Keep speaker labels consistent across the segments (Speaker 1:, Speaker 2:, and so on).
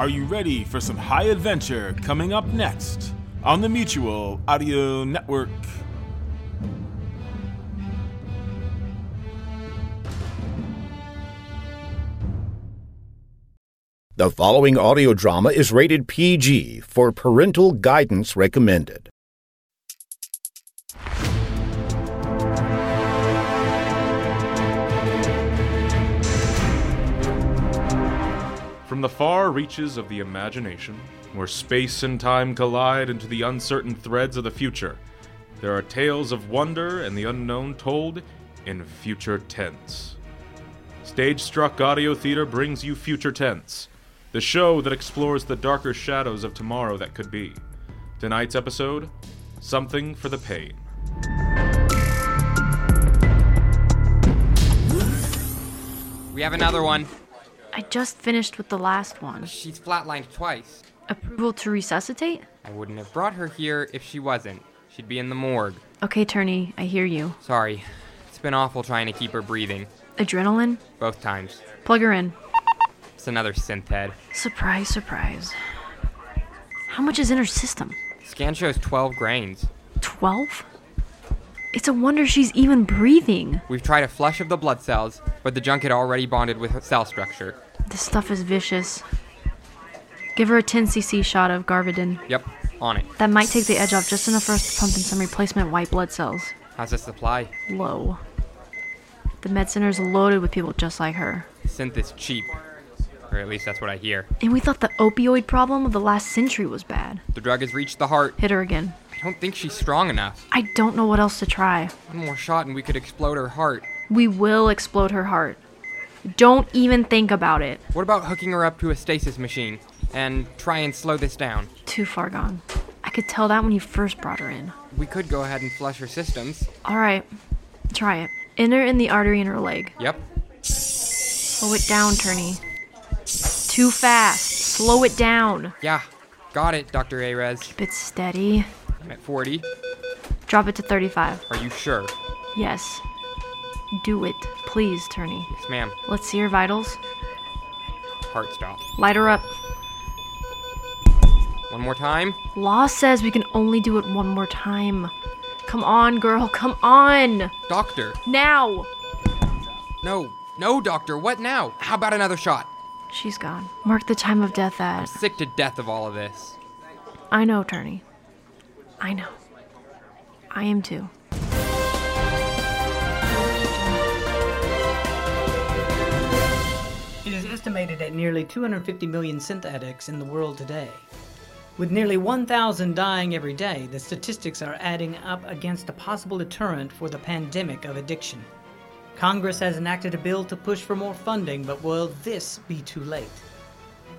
Speaker 1: Are you ready for some high adventure coming up next on the Mutual Audio Network?
Speaker 2: The following audio drama is rated PG for parental guidance recommended.
Speaker 3: From the far reaches of the imagination, where space and time collide into the uncertain threads of the future, there are tales of wonder and the unknown told in future tense. Stage Struck Audio Theater brings you Future Tense, the show that explores the darker shadows of tomorrow that could be. Tonight's episode Something for the Pain.
Speaker 4: We have another one.
Speaker 5: I just finished with the last one.
Speaker 4: She's flatlined twice.
Speaker 5: Approval to resuscitate?
Speaker 4: I wouldn't have brought her here if she wasn't. She'd be in the morgue.
Speaker 5: Okay, Turney, I hear you.
Speaker 4: Sorry. It's been awful trying to keep her breathing.
Speaker 5: Adrenaline?
Speaker 4: Both times.
Speaker 5: Plug her in.
Speaker 4: It's another synth head.
Speaker 5: Surprise, surprise. How much is in her system?
Speaker 4: Scan shows 12 grains.
Speaker 5: 12? It's a wonder she's even breathing.
Speaker 4: We've tried a flush of the blood cells, but the junk had already bonded with her cell structure.
Speaker 5: This stuff is vicious. Give her a 10cc shot of Garvadin.
Speaker 4: Yep, on it.
Speaker 5: That might take the edge off just enough for us to pump in some replacement white blood cells.
Speaker 4: How's the supply?
Speaker 5: Low. The med center's loaded with people just like her.
Speaker 4: Synth is cheap. Or at least that's what I hear.
Speaker 5: And we thought the opioid problem of the last century was bad.
Speaker 4: The drug has reached the heart.
Speaker 5: Hit her again.
Speaker 4: I don't think she's strong enough.
Speaker 5: I don't know what else to try.
Speaker 4: One more shot and we could explode her heart.
Speaker 5: We will explode her heart. Don't even think about it.
Speaker 4: What about hooking her up to a stasis machine and try and slow this down?
Speaker 5: Too far gone. I could tell that when you first brought her in.
Speaker 4: We could go ahead and flush her systems.
Speaker 5: Alright, try it. Enter in the artery in her leg.
Speaker 4: Yep.
Speaker 5: Slow it down, Turney. Too fast. Slow it down.
Speaker 4: Yeah. Got it, Dr. Arez.
Speaker 5: Bit steady.
Speaker 4: I'm at 40.
Speaker 5: Drop it to 35.
Speaker 4: Are you sure?
Speaker 5: Yes. Do it. Please, Turney.
Speaker 4: Yes, ma'am.
Speaker 5: Let's see her vitals.
Speaker 4: Heart stop.
Speaker 5: Light her up.
Speaker 4: One more time.
Speaker 5: Law says we can only do it one more time. Come on, girl. Come on.
Speaker 4: Doctor.
Speaker 5: Now.
Speaker 4: No. No, doctor. What now? How about another shot?
Speaker 5: She's gone. Mark the time of death at.
Speaker 4: Sick to death of all of this.
Speaker 5: I know, Turney. I know. I am too.
Speaker 6: It is estimated that nearly 250 million synth addicts in the world today. With nearly 1,000 dying every day, the statistics are adding up against a possible deterrent for the pandemic of addiction. Congress has enacted a bill to push for more funding, but will this be too late?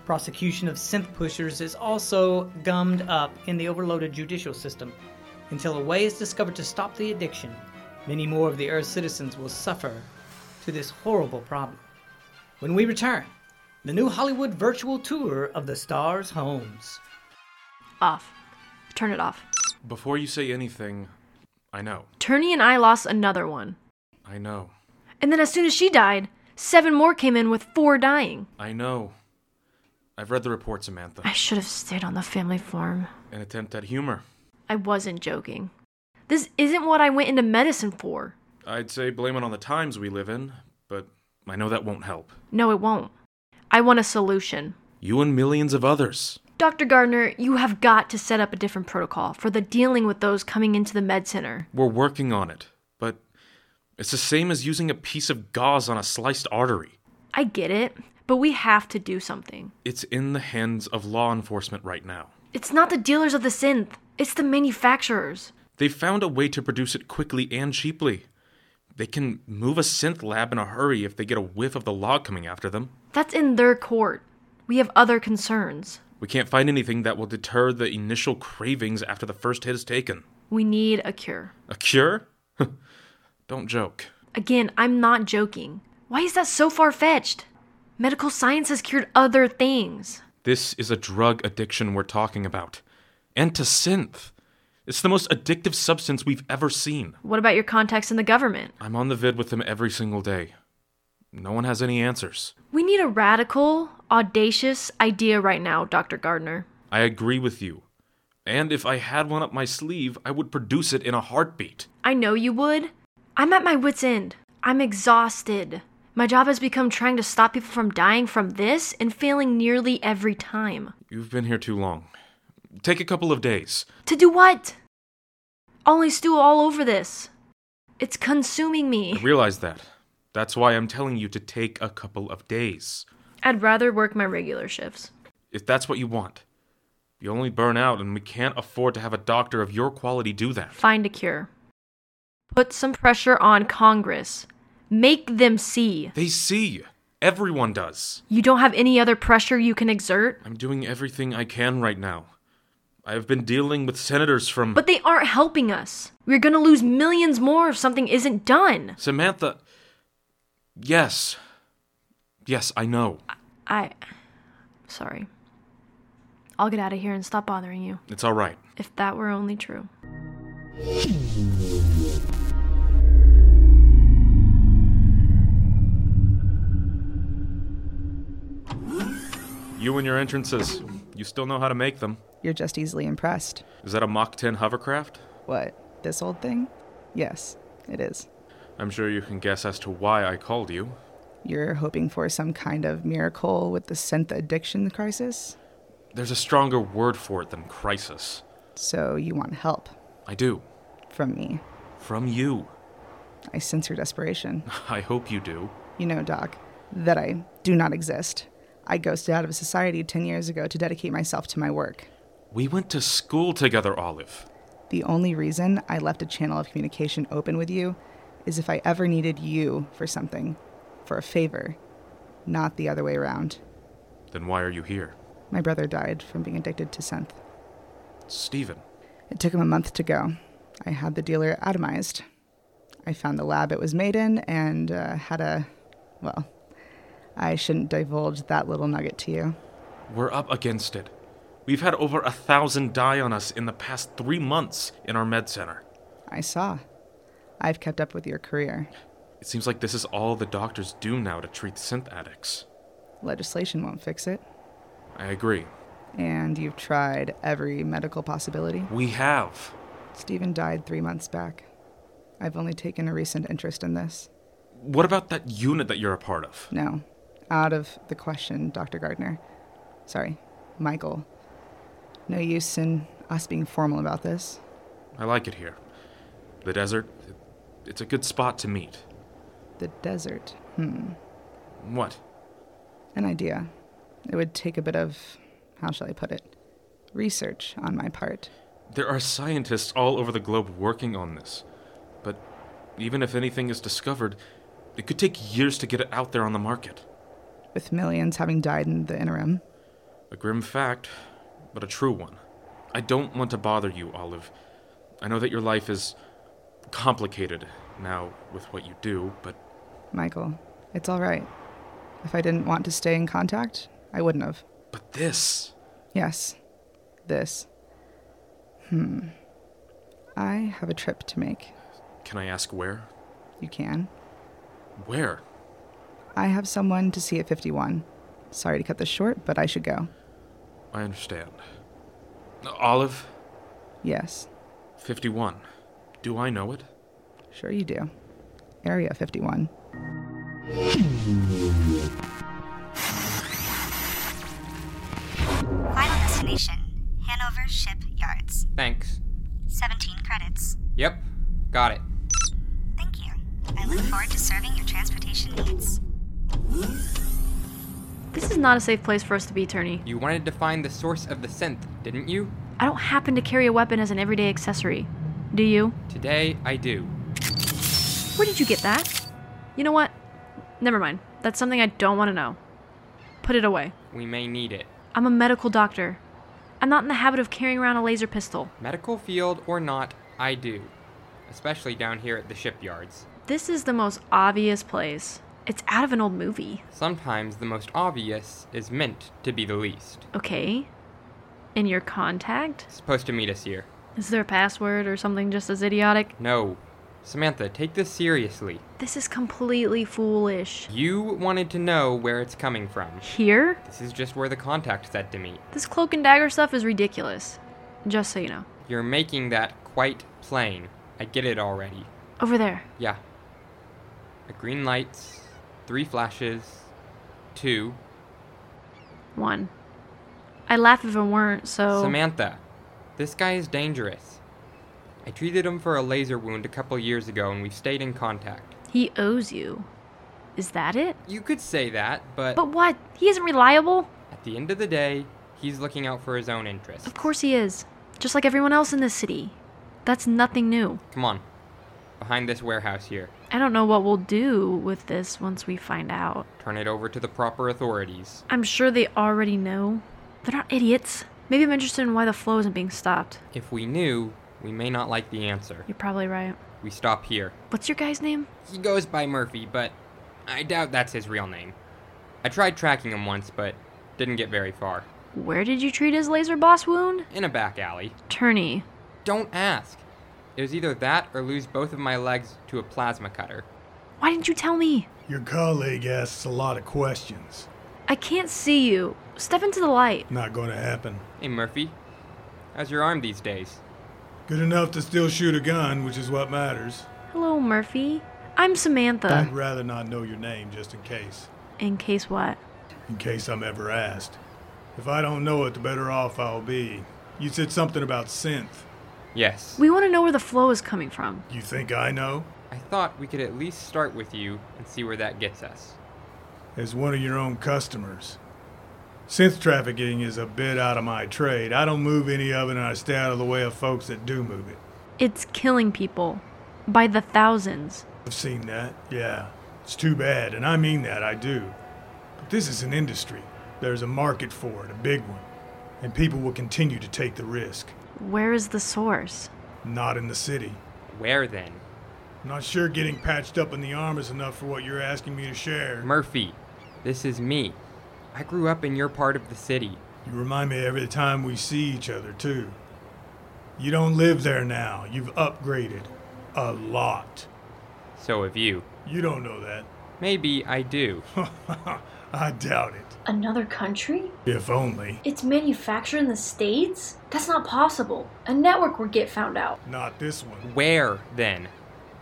Speaker 6: Prosecution of synth pushers is also gummed up in the overloaded judicial system. Until a way is discovered to stop the addiction, many more of the Earth's citizens will suffer to this horrible problem. When we return, the new Hollywood virtual tour of the stars' homes.
Speaker 5: Off. Turn it off.
Speaker 3: Before you say anything, I know.
Speaker 5: Turney and I lost another one.
Speaker 3: I know.
Speaker 5: And then as soon as she died, seven more came in with four dying.
Speaker 3: I know. I've read the report, Samantha.
Speaker 5: I should have stayed on the family farm.
Speaker 3: An attempt at humor.
Speaker 5: I wasn't joking. This isn't what I went into medicine for.
Speaker 3: I'd say blame it on the times we live in, but I know that won't help.
Speaker 5: No, it won't. I want a solution.
Speaker 3: You and millions of others.
Speaker 5: Dr. Gardner, you have got to set up a different protocol for the dealing with those coming into the med center.
Speaker 3: We're working on it, but it's the same as using a piece of gauze on a sliced artery.
Speaker 5: I get it, but we have to do something.
Speaker 3: It's in the hands of law enforcement right now.
Speaker 5: It's not the dealers of the synth, it's the manufacturers.
Speaker 3: They've found a way to produce it quickly and cheaply. They can move a synth lab in a hurry if they get a whiff of the log coming after them.
Speaker 5: That's in their court. We have other concerns.
Speaker 3: We can't find anything that will deter the initial cravings after the first hit is taken.
Speaker 5: We need a cure.
Speaker 3: A cure? Don't joke.
Speaker 5: Again, I'm not joking. Why is that so far fetched? Medical science has cured other things.
Speaker 3: This is a drug addiction we're talking about. And to synth. It's the most addictive substance we've ever seen.
Speaker 5: What about your contacts in the government?
Speaker 3: I'm on the vid with them every single day. No one has any answers.
Speaker 5: We need a radical, audacious idea right now, Dr. Gardner.
Speaker 3: I agree with you. And if I had one up my sleeve, I would produce it in a heartbeat.
Speaker 5: I know you would. I'm at my wits' end. I'm exhausted. My job has become trying to stop people from dying from this and failing nearly every time.
Speaker 3: You've been here too long. Take a couple of days.
Speaker 5: To do what? Only stew all over this. It's consuming
Speaker 3: I
Speaker 5: me.
Speaker 3: realize that. That's why I'm telling you to take a couple of days.
Speaker 5: I'd rather work my regular shifts.
Speaker 3: If that's what you want. You only burn out, and we can't afford to have a doctor of your quality do that.
Speaker 5: Find a cure. Put some pressure on Congress. Make them see.
Speaker 3: They see. Everyone does.
Speaker 5: You don't have any other pressure you can exert,
Speaker 3: I'm doing everything I can right now. I have been dealing with senators from.
Speaker 5: but they aren't helping us. We're gonna lose millions more if something isn't done.
Speaker 3: Samantha. Yes. Yes, I know.
Speaker 5: I. Sorry. I'll get out of here and stop bothering you.
Speaker 3: It's all right.
Speaker 5: If that were only true.
Speaker 3: You and your entrances. You still know how to make them.
Speaker 7: You're just easily impressed.
Speaker 3: Is that a Mach 10 hovercraft?
Speaker 7: What? This old thing? Yes, it is.
Speaker 3: I'm sure you can guess as to why I called you.
Speaker 7: You're hoping for some kind of miracle with the synth addiction crisis?
Speaker 3: There's a stronger word for it than crisis.
Speaker 7: So you want help
Speaker 3: I do.
Speaker 7: from me.
Speaker 3: From you.
Speaker 7: I sense your desperation.
Speaker 3: I hope you do.
Speaker 7: You know, Doc, that I do not exist. I ghosted out of society 10 years ago to dedicate myself to my work.
Speaker 3: We went to school together, Olive.
Speaker 7: The only reason I left a channel of communication open with you is if I ever needed you for something, for a favor, not the other way around.
Speaker 3: Then why are you here?
Speaker 7: My brother died from being addicted to synth.
Speaker 3: Steven.
Speaker 7: It took him a month to go. I had the dealer atomized. I found the lab it was made in and uh, had a. Well, I shouldn't divulge that little nugget to you.
Speaker 3: We're up against it. We've had over a thousand die on us in the past three months in our med center.
Speaker 7: I saw. I've kept up with your career.
Speaker 3: It seems like this is all the doctors do now to treat synth addicts.
Speaker 7: Legislation won't fix it.
Speaker 3: I agree.
Speaker 7: And you've tried every medical possibility.
Speaker 3: We have.
Speaker 7: Stephen died three months back. I've only taken a recent interest in this.
Speaker 3: What about that unit that you're a part of?
Speaker 7: No, out of the question, Dr. Gardner. Sorry, Michael. No use in us being formal about this.
Speaker 3: I like it here. The desert, it's a good spot to meet.
Speaker 7: The desert. Hmm.
Speaker 3: What?
Speaker 7: An idea. It would take a bit of, how shall I put it, research on my part.
Speaker 3: There are scientists all over the globe working on this. But even if anything is discovered, it could take years to get it out there on the market.
Speaker 7: With millions having died in the interim,
Speaker 3: A grim fact, but a true one. I don't want to bother you, Olive. I know that your life is complicated now with what you do, but
Speaker 7: Michael, it's all right. If I didn't want to stay in contact, I wouldn't have.
Speaker 3: but this.
Speaker 7: Yes. This. Hmm. I have a trip to make.
Speaker 3: Can I ask where?
Speaker 7: You can.
Speaker 3: Where?
Speaker 7: I have someone to see at 51. Sorry to cut this short, but I should go.
Speaker 3: I understand. Olive,
Speaker 7: Yes,
Speaker 3: 51. Do I know it?
Speaker 7: sure you do. Area 51.
Speaker 8: Final destination Hanover Ship Yards.
Speaker 4: Thanks.
Speaker 8: 17 credits.
Speaker 4: Yep. Got it.
Speaker 8: Thank you. I look forward to serving your transportation needs.
Speaker 5: This is not a safe place for us to be, Turney.
Speaker 4: You wanted to find the source of the synth, didn't you?
Speaker 5: I don't happen to carry a weapon as an everyday accessory. Do you?
Speaker 4: Today, I do.
Speaker 5: Where did you get that? You know what? Never mind. That's something I don't want to know. Put it away.
Speaker 4: We may need it.
Speaker 5: I'm a medical doctor. I'm not in the habit of carrying around a laser pistol.
Speaker 4: Medical field or not, I do. Especially down here at the shipyards.
Speaker 5: This is the most obvious place. It's out of an old movie.
Speaker 4: Sometimes the most obvious is meant to be the least.
Speaker 5: Okay. And your contact?
Speaker 4: Supposed to meet us here.
Speaker 5: Is there a password or something just as idiotic?
Speaker 4: No. Samantha, take this seriously.
Speaker 5: This is completely foolish.
Speaker 4: You wanted to know where it's coming from.
Speaker 5: Here?
Speaker 4: This is just where the contact said to meet.
Speaker 5: This cloak and dagger stuff is ridiculous. Just so you know.
Speaker 4: You're making that quite plain. I get it already.
Speaker 5: Over there.
Speaker 4: Yeah. A green lights, three flashes, two.
Speaker 5: One. I laugh if it weren't, so.
Speaker 4: Samantha, this guy is dangerous. I treated him for a laser wound a couple years ago and we've stayed in contact.
Speaker 5: He owes you. Is that it?
Speaker 4: You could say that, but,
Speaker 5: But what? He isn't reliable?
Speaker 4: at the end of the day, he's looking out for his own interests.
Speaker 5: Of course he is. Just like everyone else in this city. That's nothing new.
Speaker 4: Come on. Behind this warehouse here.
Speaker 5: I don't know what we'll do with this once we find out.
Speaker 4: Turn it over to the proper authorities.
Speaker 5: I'm sure they already know. They're not idiots. Maybe I'm interested in why the flow isn't being stopped.
Speaker 4: If we knew, we may not like the answer.
Speaker 5: You're probably right.
Speaker 4: We stop here.
Speaker 5: What's your guy's name?
Speaker 4: He goes by Murphy, but I doubt that's his real name. I tried tracking him once, but didn't get very far.
Speaker 5: Where did you treat his laser boss wound?
Speaker 4: In a back alley.
Speaker 5: Turney.
Speaker 4: Don't ask. It was either that or lose both of my legs to a plasma cutter.
Speaker 5: Why didn't you tell me?
Speaker 9: Your colleague asks a lot of questions.
Speaker 5: I can't see you. Step into the light.
Speaker 9: Not going to happen.
Speaker 4: Hey, Murphy, how's your arm these days?
Speaker 9: Good enough to still shoot a gun, which is what matters.
Speaker 5: Hello, Murphy. I'm Samantha.
Speaker 9: I'd rather not know your name just in case.
Speaker 5: In case what?
Speaker 9: In case I'm ever asked. If I don't know it, the better off I'll be. You said something about synth.
Speaker 4: Yes.
Speaker 5: We want to know where the flow is coming from.
Speaker 9: You think I know?
Speaker 4: I thought we could at least start with you and see where that gets us.
Speaker 9: As one of your own customers. Synth trafficking is a bit out of my trade. I don't move any of it, and I stay out of the way of folks that do move it.
Speaker 5: It's killing people. By the thousands.
Speaker 9: I've seen that, yeah. It's too bad, and I mean that, I do. But this is an industry. There's a market for it, a big one. And people will continue to take the risk.
Speaker 5: Where is the source?
Speaker 9: Not in the city.
Speaker 4: Where then?
Speaker 9: I'm not sure getting patched up in the arm is enough for what you're asking me to share.
Speaker 4: Murphy, this is me. I grew up in your part of the city.
Speaker 9: You remind me every time we see each other, too. You don't live there now. You've upgraded. A lot.
Speaker 4: So have you.
Speaker 9: You don't know that.
Speaker 4: Maybe I do.
Speaker 9: I doubt it.
Speaker 5: Another country?
Speaker 9: If only.
Speaker 5: It's manufactured in the States? That's not possible. A network would get found out.
Speaker 9: Not this one.
Speaker 4: Where then?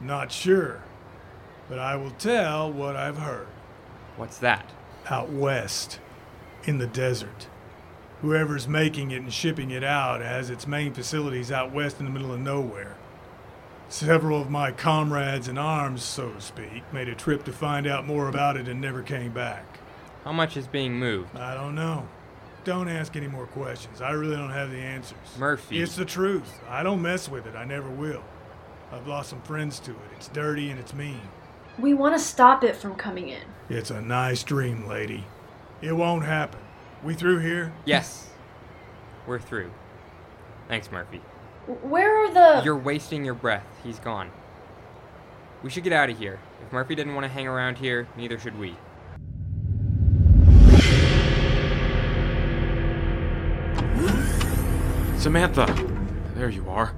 Speaker 9: Not sure. But I will tell what I've heard.
Speaker 4: What's that?
Speaker 9: out west in the desert. Whoever's making it and shipping it out has its main facilities out west in the middle of nowhere. Several of my comrades in arms, so to speak, made a trip to find out more about it and never came back.
Speaker 4: How much is being moved?
Speaker 9: I don't know. Don't ask any more questions. I really don't have the answers.
Speaker 4: Murphy.
Speaker 9: It's the truth. I don't mess with it. I never will. I've lost some friends to it. It's dirty and it's mean.
Speaker 5: We want to stop it from coming in.
Speaker 9: It's a nice dream, lady. It won't happen. We through here?
Speaker 4: Yes. We're through. Thanks, Murphy.
Speaker 5: Where are the.
Speaker 4: You're wasting your breath. He's gone. We should get out of here. If Murphy didn't want to hang around here, neither should we.
Speaker 3: Samantha, there you are.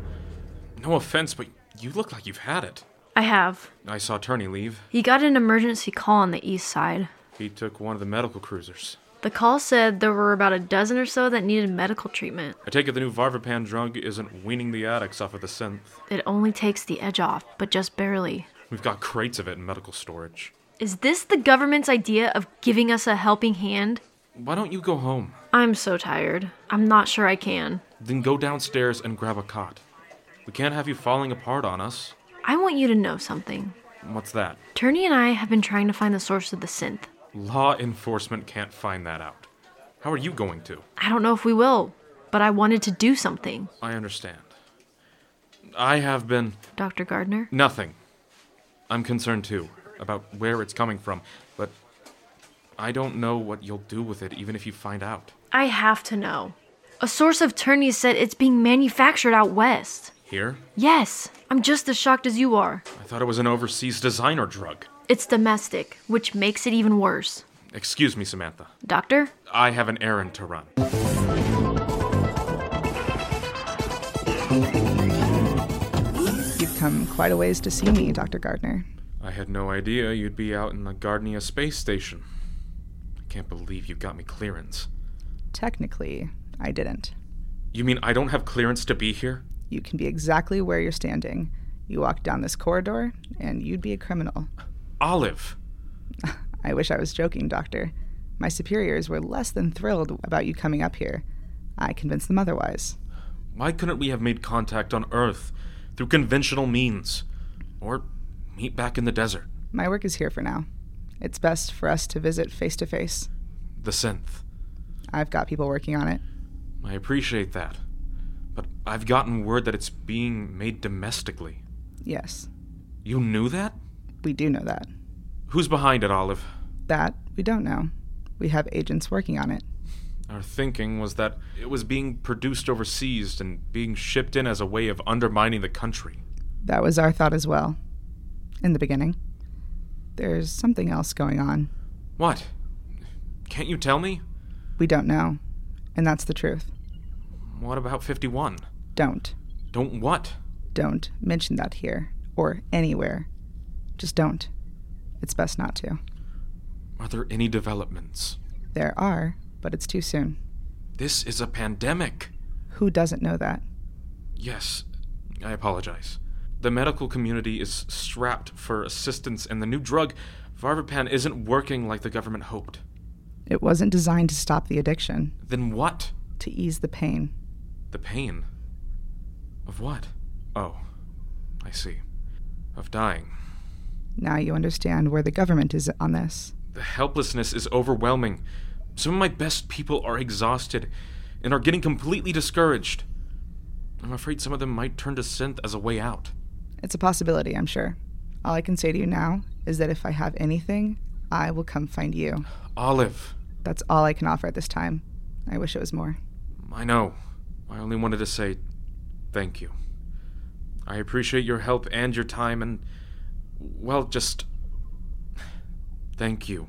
Speaker 3: No offense, but you look like you've had it.
Speaker 5: I have.
Speaker 3: I saw Turney leave.
Speaker 5: He got an emergency call on the east side.
Speaker 3: He took one of the medical cruisers.
Speaker 5: The call said there were about a dozen or so that needed medical treatment.
Speaker 3: I take it the new Varvapan drug isn't weaning the addicts off of the synth.
Speaker 5: It only takes the edge off, but just barely.
Speaker 3: We've got crates of it in medical storage.
Speaker 5: Is this the government's idea of giving us a helping hand?
Speaker 3: Why don't you go home?
Speaker 5: I'm so tired. I'm not sure I can.
Speaker 3: Then go downstairs and grab a cot. We can't have you falling apart on us.
Speaker 5: I want you to know something.
Speaker 3: What's that?
Speaker 5: Turney and I have been trying to find the source of the synth.
Speaker 3: Law enforcement can't find that out. How are you going to?
Speaker 5: I don't know if we will, but I wanted to do something.
Speaker 3: I understand. I have been
Speaker 5: Dr. Gardner?
Speaker 3: nothing. I'm concerned too about where it's coming from, but I don't know what you'll do with it even if you find out.
Speaker 5: I have to know. A source of Turney said it's being manufactured out west.
Speaker 3: Here?
Speaker 5: Yes, I'm just as shocked as you are.
Speaker 3: I thought it was an overseas designer drug.
Speaker 5: It's domestic, which makes it even worse.
Speaker 3: Excuse me, Samantha.
Speaker 5: Doctor?
Speaker 3: I have an errand to run.
Speaker 7: You've come quite a ways to see me, Dr. Gardner.
Speaker 3: I had no idea you'd be out in the Gardnia space station. I can't believe you got me clearance.
Speaker 7: Technically, I didn't.
Speaker 3: You mean I don't have clearance to be here?
Speaker 7: You can be exactly where you're standing. You walk down this corridor, and you'd be a criminal.
Speaker 3: Olive!
Speaker 7: I wish I was joking, Doctor. My superiors were less than thrilled about you coming up here. I convinced them otherwise.
Speaker 3: Why couldn't we have made contact on Earth through conventional means? Or meet back in the desert?
Speaker 7: My work is here for now. It's best for us to visit face to face.
Speaker 3: The synth.
Speaker 7: I've got people working on it.
Speaker 3: I appreciate that. But I've gotten word that it's being made domestically.
Speaker 7: Yes,
Speaker 3: You knew that?
Speaker 7: we do know that.
Speaker 3: Who's behind it, Olive?
Speaker 7: That we don't know. We have agents working on it.
Speaker 3: Our thinking was that it was being produced overseas and being shipped in as a way of undermining the country.
Speaker 7: That was our thought as well. In the beginning. There's something else going on.
Speaker 3: What? Can't you tell me?
Speaker 7: We don't know. And that's the truth.
Speaker 3: What about 51?
Speaker 7: Don't.
Speaker 3: Don't what?
Speaker 7: Don't mention that here or anywhere. Just don't. It's best not to.
Speaker 3: Are there any developments?
Speaker 7: There are, but it's too soon.
Speaker 3: This is a pandemic.
Speaker 7: Who doesn't know that?
Speaker 3: Yes, I apologize. The medical community is strapped for assistance, and the new drug, Varvapan, isn't working like the government hoped.
Speaker 7: It wasn't designed to stop the addiction,
Speaker 3: Then what?
Speaker 7: to ease the pain.
Speaker 3: The pain. Of what? Oh, I see. Of dying.
Speaker 7: Now you understand where the government is on this.
Speaker 3: The helplessness is overwhelming. Some of my best people are exhausted and are getting completely discouraged. I'm afraid some of them might turn to synth as a way out.
Speaker 7: It's a possibility, I'm sure. All I can say to you now is that if I have anything, I will come find you.
Speaker 3: Olive,
Speaker 7: That's all I can offer at this time. I wish it was more.
Speaker 3: I know. I only wanted to say thank you. I appreciate your help and your time, and, well, just. Thank you.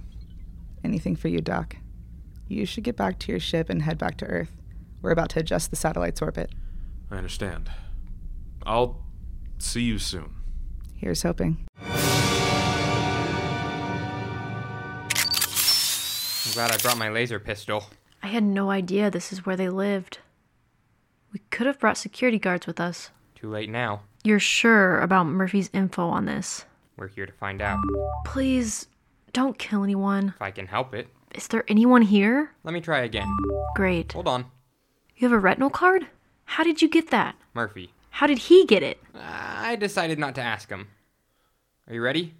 Speaker 7: Anything for you, Doc. You should get back to your ship and head back to Earth. We're about to adjust the satellite's orbit.
Speaker 3: I understand. I'll see you soon.
Speaker 7: Here's hoping.
Speaker 4: I'm glad I brought my laser pistol.
Speaker 5: I had no idea this is where they lived. We could have brought security guards with us.
Speaker 4: Too late now.
Speaker 5: You're sure about Murphy's info on this?
Speaker 4: We're here to find out.
Speaker 5: Please, don't kill anyone.
Speaker 4: If I can help it.
Speaker 5: Is there anyone here?
Speaker 4: Let me try again.
Speaker 5: Great.
Speaker 4: Hold on.
Speaker 5: You have a retinal card? How did you get that?
Speaker 4: Murphy.
Speaker 5: How did he get it?
Speaker 4: I decided not to ask him. Are you ready?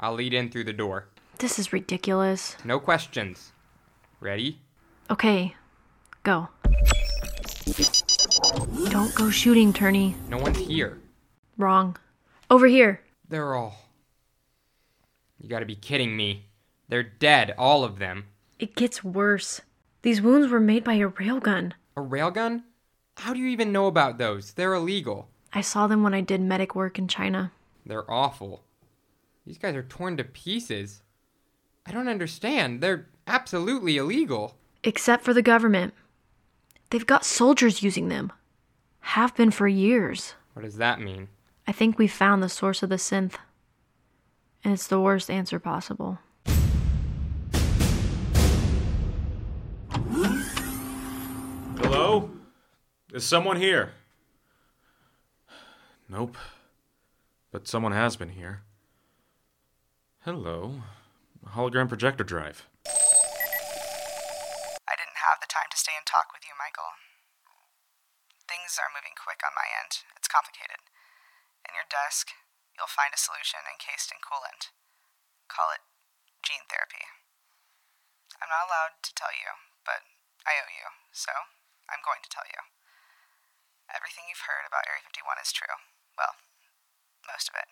Speaker 4: I'll lead in through the door.
Speaker 5: This is ridiculous.
Speaker 4: No questions. Ready?
Speaker 5: Okay, go. Don't go shooting, Turney.
Speaker 4: No one's here.
Speaker 5: Wrong. Over here.
Speaker 4: They're all. You gotta be kidding me. They're dead, all of them.
Speaker 5: It gets worse. These wounds were made by a railgun.
Speaker 4: A railgun? How do you even know about those? They're illegal.
Speaker 5: I saw them when I did medic work in China.
Speaker 4: They're awful. These guys are torn to pieces. I don't understand. They're absolutely illegal.
Speaker 5: Except for the government. They've got soldiers using them. Have been for years.
Speaker 4: What does that mean?
Speaker 5: I think we found the source of the synth. And it's the worst answer possible.
Speaker 3: Hello? Is someone here? Nope. But someone has been here. Hello. Hologram projector drive.
Speaker 7: I didn't have the time to stay and talk with you, Michael. Things are moving quick on my end. It's complicated. In your desk, you'll find a solution encased in coolant. Call it gene therapy. I'm not allowed to tell you, but I owe you, so I'm going to tell you. Everything you've heard about Area 51 is true. Well, most of it.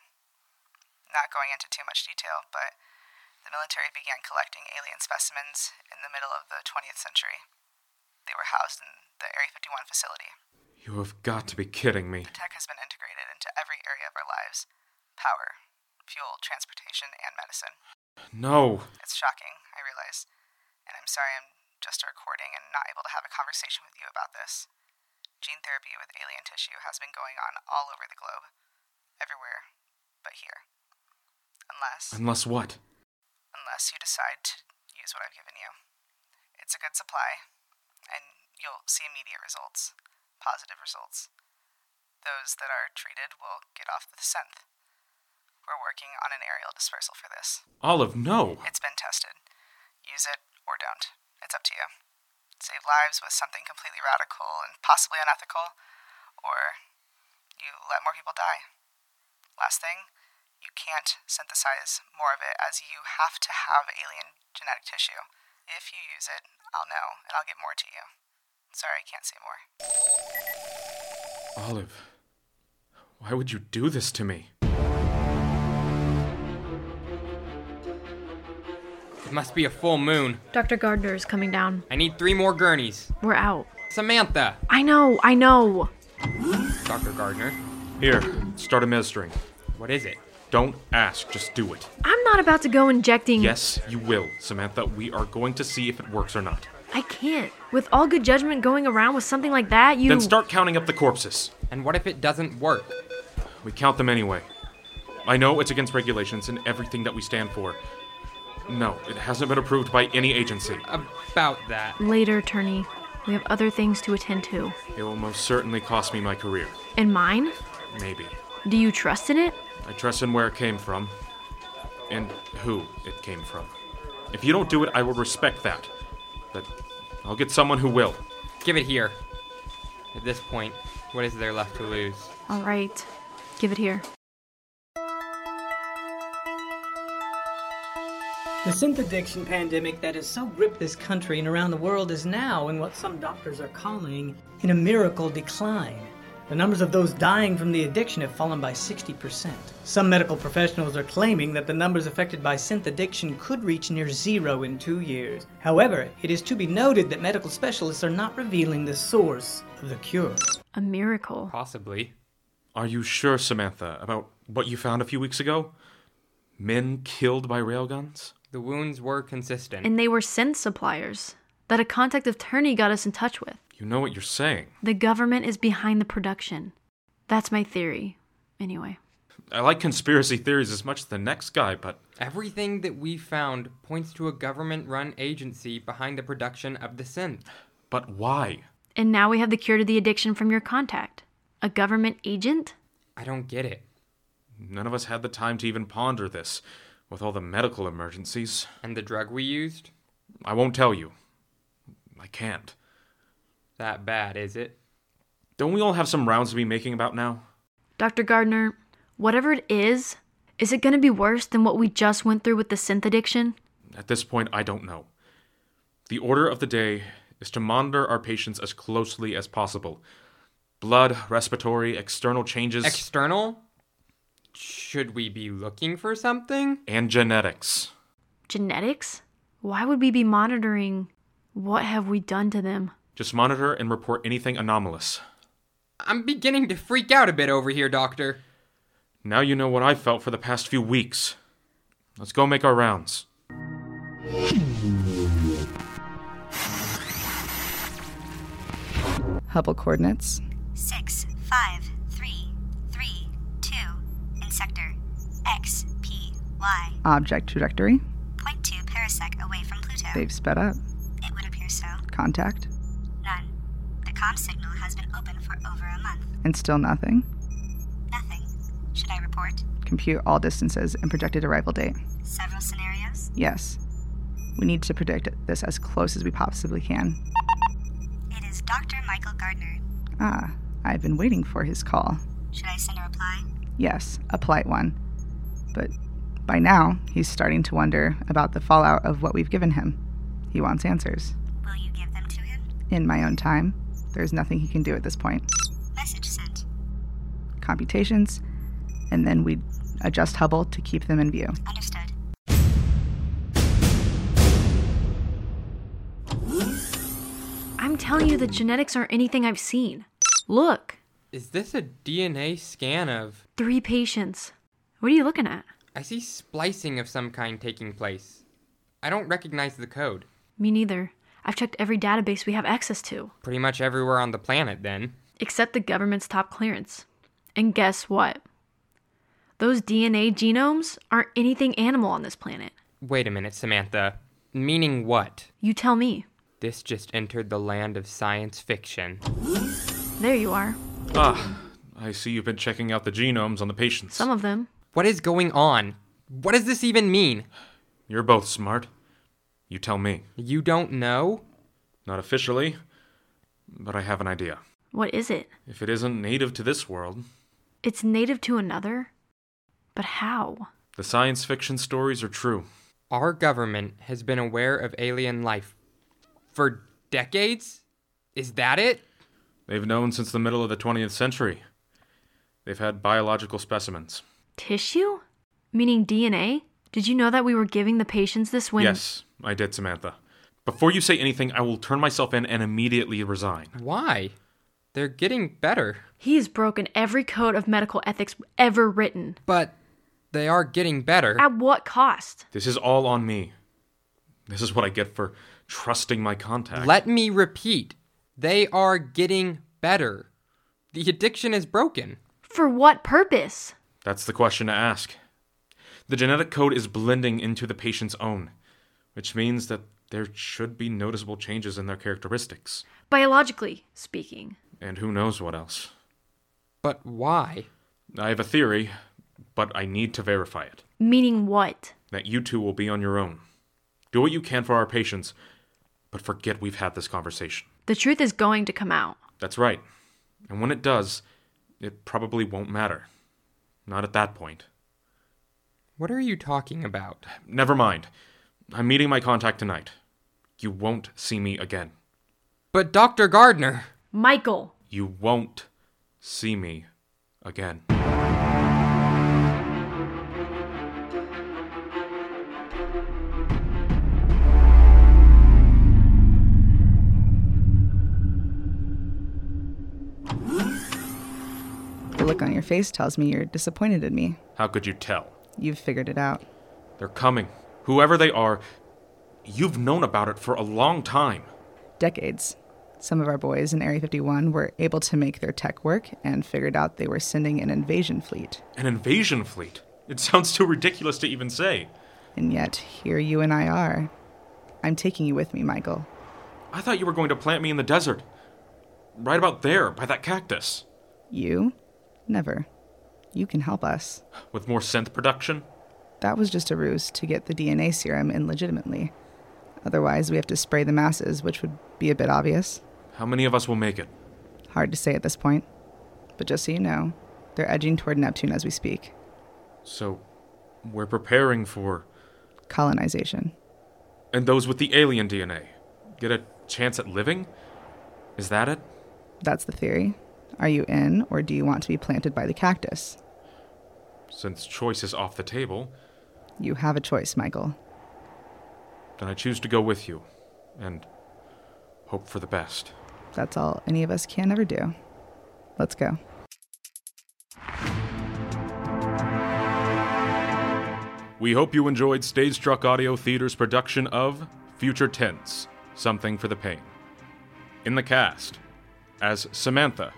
Speaker 7: Not going into too much detail, but the military began collecting alien specimens in the middle of the 20th century. They were housed in the Area 51 facility.
Speaker 3: You have got to be kidding me.
Speaker 7: The tech has been integrated into every area of our lives power, fuel, transportation, and medicine.
Speaker 3: No.
Speaker 7: It's shocking, I realize. And I'm sorry I'm just recording and not able to have a conversation with you about this. Gene therapy with alien tissue has been going on all over the globe, everywhere but here. Unless.
Speaker 3: Unless what?
Speaker 7: Unless you decide to use what I've given you. It's a good supply, and you'll see immediate results positive results. Those that are treated will get off the synth. We're working on an aerial dispersal for this.
Speaker 3: Olive, no.
Speaker 7: It's been tested. Use it or don't. It's up to you. Save lives with something completely radical and possibly unethical, or you let more people die. Last thing, you can't synthesize more of it as you have to have alien genetic tissue. If you use it, I'll know and I'll get more to you. Sorry, I can't say more.
Speaker 3: Olive, why would you do this to me?
Speaker 4: It must be a full moon.
Speaker 5: Dr. Gardner is coming down.
Speaker 4: I need three more gurneys.
Speaker 5: We're out.
Speaker 4: Samantha!
Speaker 5: I know, I know.
Speaker 4: Dr. Gardner.
Speaker 3: Here, start a med string.
Speaker 4: What is it?
Speaker 3: Don't ask, just do it.
Speaker 5: I'm not about to go injecting.
Speaker 3: Yes, you will, Samantha. We are going to see if it works or not.
Speaker 5: I can't. With all good judgment going around with something like that, you.
Speaker 3: Then start counting up the corpses.
Speaker 4: And what if it doesn't work?
Speaker 3: We count them anyway. I know it's against regulations and everything that we stand for. No, it hasn't been approved by any agency.
Speaker 4: About that.
Speaker 5: Later, attorney. We have other things to attend to.
Speaker 3: It will most certainly cost me my career.
Speaker 5: And mine?
Speaker 3: Maybe.
Speaker 5: Do you trust in it?
Speaker 3: I trust in where it came from and who it came from. If you don't do it, I will respect that. But I'll get someone who will.
Speaker 4: Give it here. At this point, what is there left to lose?
Speaker 5: All right. Give it here.
Speaker 6: The synth addiction pandemic that has so gripped this country and around the world is now in what some doctors are calling in a miracle decline. The numbers of those dying from the addiction have fallen by 60%. Some medical professionals are claiming that the numbers affected by synth addiction could reach near zero in two years. However, it is to be noted that medical specialists are not revealing the source of the cure.
Speaker 5: A miracle.
Speaker 4: Possibly.
Speaker 3: Are you sure, Samantha, about what you found a few weeks ago? Men killed by railguns?
Speaker 4: The wounds were consistent.
Speaker 5: And they were send suppliers that a contact attorney got us in touch with.
Speaker 3: You know what you're saying.
Speaker 5: The government is behind the production. That's my theory. Anyway.
Speaker 3: I like conspiracy theories as much as the next guy, but
Speaker 4: Everything that we found points to a government run agency behind the production of the synth.
Speaker 3: but why?
Speaker 5: And now we have the cure to the addiction from your contact. A government agent?
Speaker 4: I don't get it.
Speaker 3: None of us had the time to even ponder this with all the medical emergencies.
Speaker 4: And the drug we used?
Speaker 3: I won't tell you. I can't.
Speaker 4: That bad, is it?
Speaker 3: Don't we all have some rounds to be making about now?
Speaker 5: Dr. Gardner, whatever it is, is it going to be worse than what we just went through with the synth addiction?
Speaker 3: At this point, I don't know. The order of the day is to monitor our patients as closely as possible. Blood, respiratory, external changes,
Speaker 4: External? Should we be looking for something?
Speaker 3: and genetics.
Speaker 5: Genetics? Why would we be monitoring what have we done to them?
Speaker 3: Just monitor and report anything anomalous.
Speaker 4: I'm beginning to freak out a bit over here, Doctor.
Speaker 3: Now you know what I felt for the past few weeks. Let's go make our rounds.
Speaker 7: Hubble coordinates.
Speaker 8: Six, five, three, three, two, in sector X, P, Y.
Speaker 7: Object trajectory.
Speaker 8: Point two parasec away from Pluto.
Speaker 7: They've sped up.
Speaker 8: It would appear so.
Speaker 7: Contact.
Speaker 8: None. The comm signal has been open for over a month.
Speaker 7: And still nothing.
Speaker 8: Nothing. Should I report?
Speaker 7: Compute all distances and projected arrival date.
Speaker 8: Several scenarios?
Speaker 7: Yes. We need to predict this as close as we possibly can.
Speaker 8: It is Dr. Michael Gardner.
Speaker 7: Ah, I've been waiting for his call.
Speaker 8: Should I send a reply?
Speaker 7: Yes, a polite one. But by now, he's starting to wonder about the fallout of what we've given him. He wants answers.
Speaker 8: Will you give them to him?
Speaker 7: In my own time, there's nothing he can do at this point.
Speaker 8: Message sent.
Speaker 7: Computations, and then we adjust Hubble to keep them in view.
Speaker 10: Understood.
Speaker 5: I'm telling you, the genetics aren't anything I've seen. Look,
Speaker 4: Is this a DNA scan of.
Speaker 5: three patients. What are you looking at?
Speaker 4: I see splicing of some kind taking place. I don't recognize the code.
Speaker 5: Me neither. I've checked every database we have access to,
Speaker 4: Pretty much everywhere on the planet, then.
Speaker 5: except the government's top clearance. And guess what? Those DNA genomes aren't anything animal on this planet.
Speaker 4: Wait a minute, Samantha. Meaning what?
Speaker 5: You tell me.
Speaker 4: This just entered the land of science fiction.
Speaker 5: There you are.
Speaker 3: Ah, I see you've been checking out the genomes on the patients.
Speaker 5: Some of them.
Speaker 4: What is going on? What does this even mean?
Speaker 3: You're both smart. You tell me.
Speaker 4: You don't know?
Speaker 3: Not officially, but I have an idea.
Speaker 5: What is it?
Speaker 3: If it isn't native to this world,
Speaker 5: It's native to another? But how?
Speaker 3: the science fiction stories are true.
Speaker 4: Our government has been aware of alien life for decades? Is that it?
Speaker 3: They've known since the middle of the 20th century. They've had biological specimens.
Speaker 5: Tissue? Meaning DNA? Did you know that we were giving the patients this when.
Speaker 3: Yes, I did, Samantha. Before you say anything, I will turn myself in and immediately resign.
Speaker 4: Why? They're getting better.
Speaker 5: He has broken every code of medical ethics ever written.
Speaker 4: But they are getting better.
Speaker 5: At what cost?
Speaker 3: This is all on me. This is what I get for trusting my contact.
Speaker 4: Let me repeat they are getting better. The addiction is broken.
Speaker 5: For what purpose?
Speaker 3: That's the question to ask. The genetic code is blending into the patient's own, which means that there should be noticeable changes in their characteristics.
Speaker 5: Biologically speaking.
Speaker 3: And who knows what else.
Speaker 4: But why?
Speaker 3: I have a theory, but I need to verify it.
Speaker 5: Meaning what?
Speaker 3: That you two will be on your own. Do what you can for our patients, but forget we've had this conversation.
Speaker 5: The truth is going to come out.
Speaker 3: That's right. And when it does, it probably won't matter. Not at that point.
Speaker 4: What are you talking about?
Speaker 3: Never mind. I'm meeting my contact tonight. You won't see me again.
Speaker 4: But Dr. Gardner!
Speaker 5: Michael!
Speaker 3: You won't see me again.
Speaker 7: The look on your face tells me you're disappointed in me.
Speaker 3: How could you tell?
Speaker 7: You've figured it out.
Speaker 3: They're coming. Whoever they are, you've known about it for a long time.
Speaker 7: Decades. Some of our boys in Area 51 were able to make their tech work and figured out they were sending an invasion fleet.
Speaker 3: An invasion fleet. It sounds too ridiculous to even say.
Speaker 7: And yet, here you and I are. I'm taking you with me, Michael.
Speaker 3: I thought you were going to plant me in the desert. Right about there, by that cactus.
Speaker 7: You? Never. You can help us.
Speaker 3: With more synth production?
Speaker 7: That was just a ruse to get the DNA serum in legitimately. Otherwise, we have to spray the masses, which would be a bit obvious.
Speaker 3: How many of us will make it?
Speaker 7: Hard to say at this point. But just so you know, they're edging toward Neptune as we speak.
Speaker 3: So, we're preparing for.
Speaker 7: Colonization.
Speaker 3: And those with the alien DNA get a chance at living? Is that it?
Speaker 7: That's the theory. Are you in, or do you want to be planted by the cactus?
Speaker 3: Since choice is off the table,
Speaker 7: You have a choice, Michael.
Speaker 3: then I choose to go with you and hope for the best.
Speaker 7: That's all any of us can ever do. Let's go.
Speaker 3: We hope you enjoyed Stage Struck Audio Theater's production of Future Tense Something for the Pain. In the cast, as Samantha,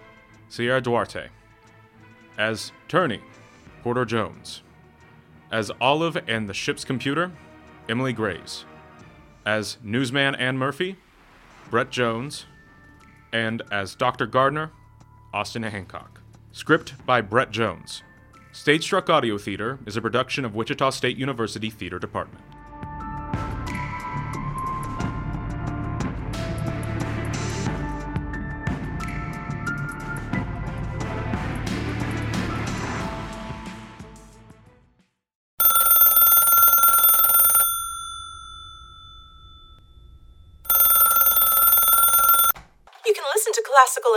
Speaker 3: Sierra Duarte, as Turney, Porter Jones, as Olive and the ship's computer, Emily Graves, as Newsman Ann Murphy, Brett Jones, and as Dr. Gardner, Austin Hancock. Script by Brett Jones. Stage Struck Audio Theater is a production of Wichita State University Theater Department.
Speaker 11: You can listen to classical